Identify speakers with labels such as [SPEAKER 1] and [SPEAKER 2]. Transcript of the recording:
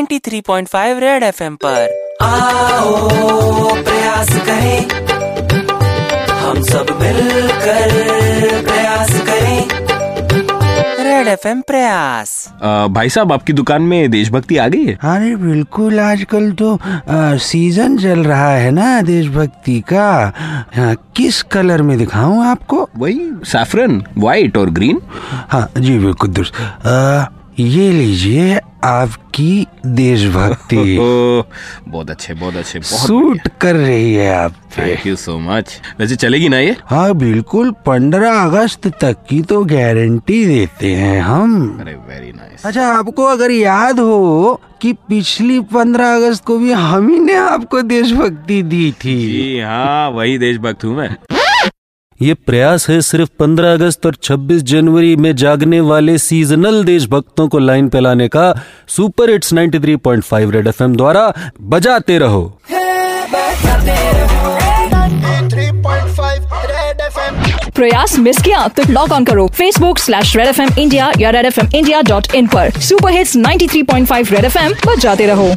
[SPEAKER 1] 93.5 red FM पर
[SPEAKER 2] आओ प्रयास करें हम सब मिलकर प्रयास करें
[SPEAKER 1] रेड एफएम प्रयास
[SPEAKER 3] अ, भाई साहब आपकी दुकान में देशभक्ति आ गई है
[SPEAKER 4] अरे बिल्कुल आजकल तो आ, सीजन चल रहा है ना देशभक्ति का हाँ, किस कलर में दिखाऊं आपको
[SPEAKER 3] वही सैफरन वाइट और ग्रीन
[SPEAKER 4] हाँ जी बिल्कुल दुरुस्त आ, ये लीजिए आपकी देशभक्ति
[SPEAKER 3] ओ, बहुत अच्छे बहुत अच्छे बहुत
[SPEAKER 4] सूट कर रही है आप पे
[SPEAKER 3] थैंक यू सो मच वैसे चलेगी ना ये
[SPEAKER 4] हाँ बिल्कुल पंद्रह अगस्त तक की तो गारंटी देते हैं हम
[SPEAKER 3] अरे वेरी नाइस
[SPEAKER 4] अच्छा आपको अगर याद हो कि पिछली पंद्रह अगस्त को भी हम ही ने आपको देशभक्ति दी थी
[SPEAKER 3] जी हाँ वही देशभक्त हूँ मैं
[SPEAKER 5] ये प्रयास है सिर्फ 15 अगस्त और 26 जनवरी में जागने वाले सीजनल देशभक्तों को लाइन पे लाने का सुपर हिट्स 93.5 रेड एफएम द्वारा बजाते रहो
[SPEAKER 6] प्रयास मिस किया तो लॉग ऑन करो Facebook slash red F M India या red F M India dot in पर super hits 93.5 red F M पर जाते रहो